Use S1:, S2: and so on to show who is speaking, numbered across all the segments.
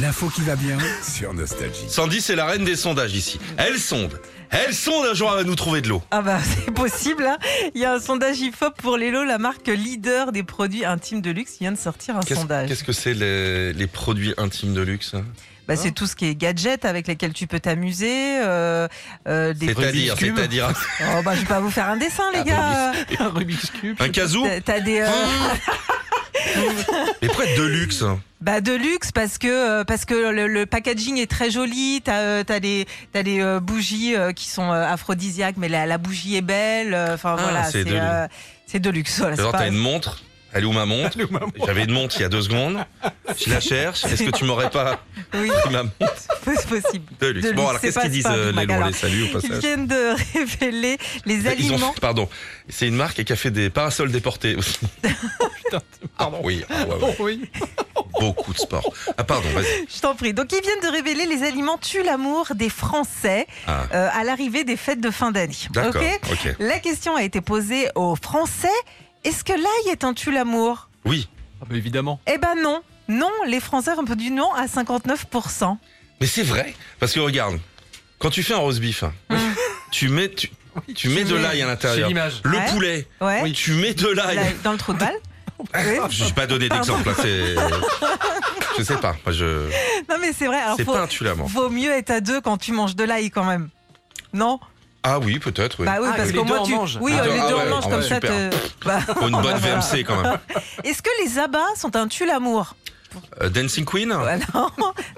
S1: L'info qui va bien sur Nostalgie.
S2: Sandy, c'est la reine des sondages ici. Elle sonde. Elle sonde un jour, elle va nous trouver de l'eau.
S3: Ah bah c'est possible. hein. Il y a un sondage Ifop pour Lélo, la marque leader des produits intimes de luxe, qui vient de sortir un
S2: Qu'est-ce
S3: sondage.
S2: qu'est-ce que c'est les, les produits intimes de luxe hein
S3: Bah, c'est tout ce qui est gadget avec lesquels tu peux t'amuser, euh, euh, des
S2: C'est-à-dire,
S3: Rubik's Cube.
S2: c'est-à-dire
S3: Oh bah je vais pas vous faire un dessin les
S2: Ah,
S3: gars.
S4: Un Rubik's Cube.
S2: un casou, Hein
S3: T'as- T'as des euh,
S2: mais près de luxe. hein.
S3: Bah de luxe parce que euh, parce que le, le packaging est très joli. T'as euh, t'as des t'as des euh, bougies euh, qui sont euh, aphrodisiaques, mais la, la bougie est belle. euh, Enfin
S2: Ah,
S3: voilà,
S2: c'est
S3: c'est
S2: de-
S3: euh, c'est de luxe. Voilà,
S2: Alors
S3: c'est pas-
S2: t'as une montre. Elle est où ma montre J'avais une montre il y a deux secondes. Je la cherche. Est-ce que tu m'aurais pas
S3: Oui,
S2: pris ma montre
S3: c'est possible.
S2: de luxe
S3: De
S2: Bon,
S3: luxe,
S2: alors
S3: c'est
S2: qu'est-ce
S3: pas-
S2: qu'ils disent
S3: c'est pas
S2: euh,
S3: Big
S2: les
S3: Mac,
S2: lois,
S3: alors.
S2: les saluts au
S3: Ils
S2: passage
S3: viennent de révéler les
S2: Ils ont
S3: aliments.
S2: fait- pardon. C'est une marque qui a fait des parasols déportés aussi.
S4: Pardon.
S2: Oui, ah ouais, ouais.
S4: Oh oui.
S2: beaucoup de sport. Ah pardon, vas-y.
S3: Je t'en prie. Donc, ils viennent de révéler les aliments tuent l'amour des Français
S2: Ah,
S3: euh, à l'arrivée des fêtes de fin d'année.
S2: D'accord,
S3: Ok
S2: ok.
S3: La question a été posée aux Français. Est-ce que l'ail est un tue l'amour
S2: Oui.
S4: Ah bah évidemment.
S3: Eh ben non. Non, les Français répondent du non à 59%.
S2: Mais c'est vrai, parce que regarde, quand tu fais un roast beef, hein,
S3: Mm.
S2: tu mets, tu, tu mets de
S3: mets-
S2: l'ail à
S4: C'est
S2: l'intérieur.
S4: l'image.
S2: Le
S3: Ouais.
S2: poulet,
S3: Ouais.
S2: tu mets de l'ail.
S3: L'ail Dans le trou de balle Oui.
S2: Je n'ai pas donné d'exemple, hein, c'est. Je sais pas, moi je.
S3: Non, mais c'est vrai. Alors,
S2: C'est
S3: faut-
S2: pas un tue l'amour.
S3: vaut mieux être à deux quand tu manges de l'ail quand même. Non
S2: Ah oui, peut-être, oui.
S3: Bah oui,
S4: Ah,
S3: parce
S4: les
S3: qu'au
S4: deux
S3: moins
S4: en
S3: tu.
S4: mangent.
S3: Oui,
S2: Ah,
S3: euh, les
S2: ah
S3: deux
S2: ouais,
S3: en mangent
S2: ah
S3: comme
S2: ouais,
S3: ça.
S2: super.
S3: te- bah,
S2: Pour une bonne
S3: voilà.
S2: VMC quand même.
S3: Est-ce que les abats sont un tue l'amour
S2: Euh, Dancing Queen
S3: Ouais, non.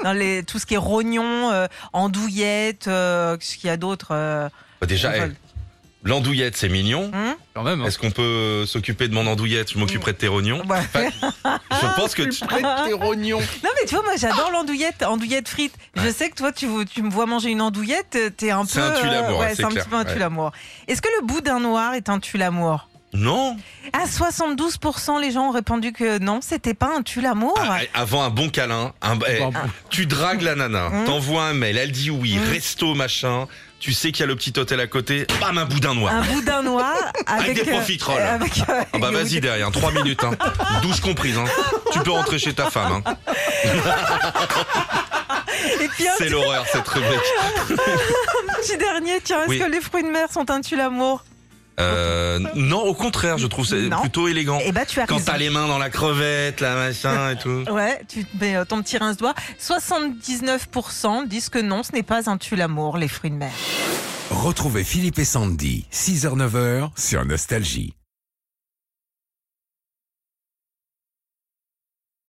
S3: Non, les, tout ce qui est rognon, euh, andouillette, euh, qu'est-ce qu'il y a d'autre euh,
S2: Bah, Déjà,
S3: Voilà.
S2: eh, l'andouillette, c'est mignon.
S3: hein
S4: Quand même. hein.
S2: Est-ce qu'on peut s'occuper de mon andouillette Je m'occuperai de tes rognons.
S3: Ouais.
S2: Enfin, je
S3: Ah,
S2: pense que tu-
S4: Prête tes rognons.
S3: Non mais tu vois, moi j'adore l'andouillette, andouillette frite. Je sais que toi tu, tu me vois manger une andouillette, euh, t'es un peu...
S2: C'est un tue l'amour,
S3: ouais,
S2: ouais, c'est
S3: c'est un
S2: clair,
S3: petit peu un
S2: ouais.
S3: tue l'amour. Est-ce que le boudin noir est un tue l'amour
S2: Non
S3: À 72% les gens ont répondu que non, c'était pas un tue l'amour.
S2: Ah, eh, Avant un bon câlin, un- eh,
S4: Bon, bon.
S2: Tu dragues la nana,
S3: Mm.
S2: t'envoies un mail, elle dit oui,
S3: Mm.
S2: resto machin, tu sais qu'il y a le petit hôtel à côté, bam, un boudin noir.
S3: Un boudin noir avec...
S2: des
S3: euh,
S2: profiteroles.
S3: euh, avec, euh,
S2: Ah bah
S3: des
S2: vas-y derrière, 3 minutes, hein. douche comprise, hein. tu peux rentrer chez ta femme. hein.
S3: boudins. Et puis un
S2: C'est
S3: petit,
S2: l'horreur cette rubrique.
S3: petit dernier, tiens, est-ce
S2: Oui.
S3: que les fruits de mer sont un tue l'amour
S2: Euh, non, au contraire, je trouve c'est
S3: Non.
S2: plutôt élégant.
S3: Eh bah tu as
S2: Quand
S3: raison.
S2: t'as les mains dans la crevette, la machin et tout.
S3: Ouais, tu te mets euh, ton petit rince-doigt. 79% disent que non, ce n'est pas un tue l'amour, les fruits de mer.
S1: Retrouvez Philippe et Sandy, 6h-9h sur Nostalgie.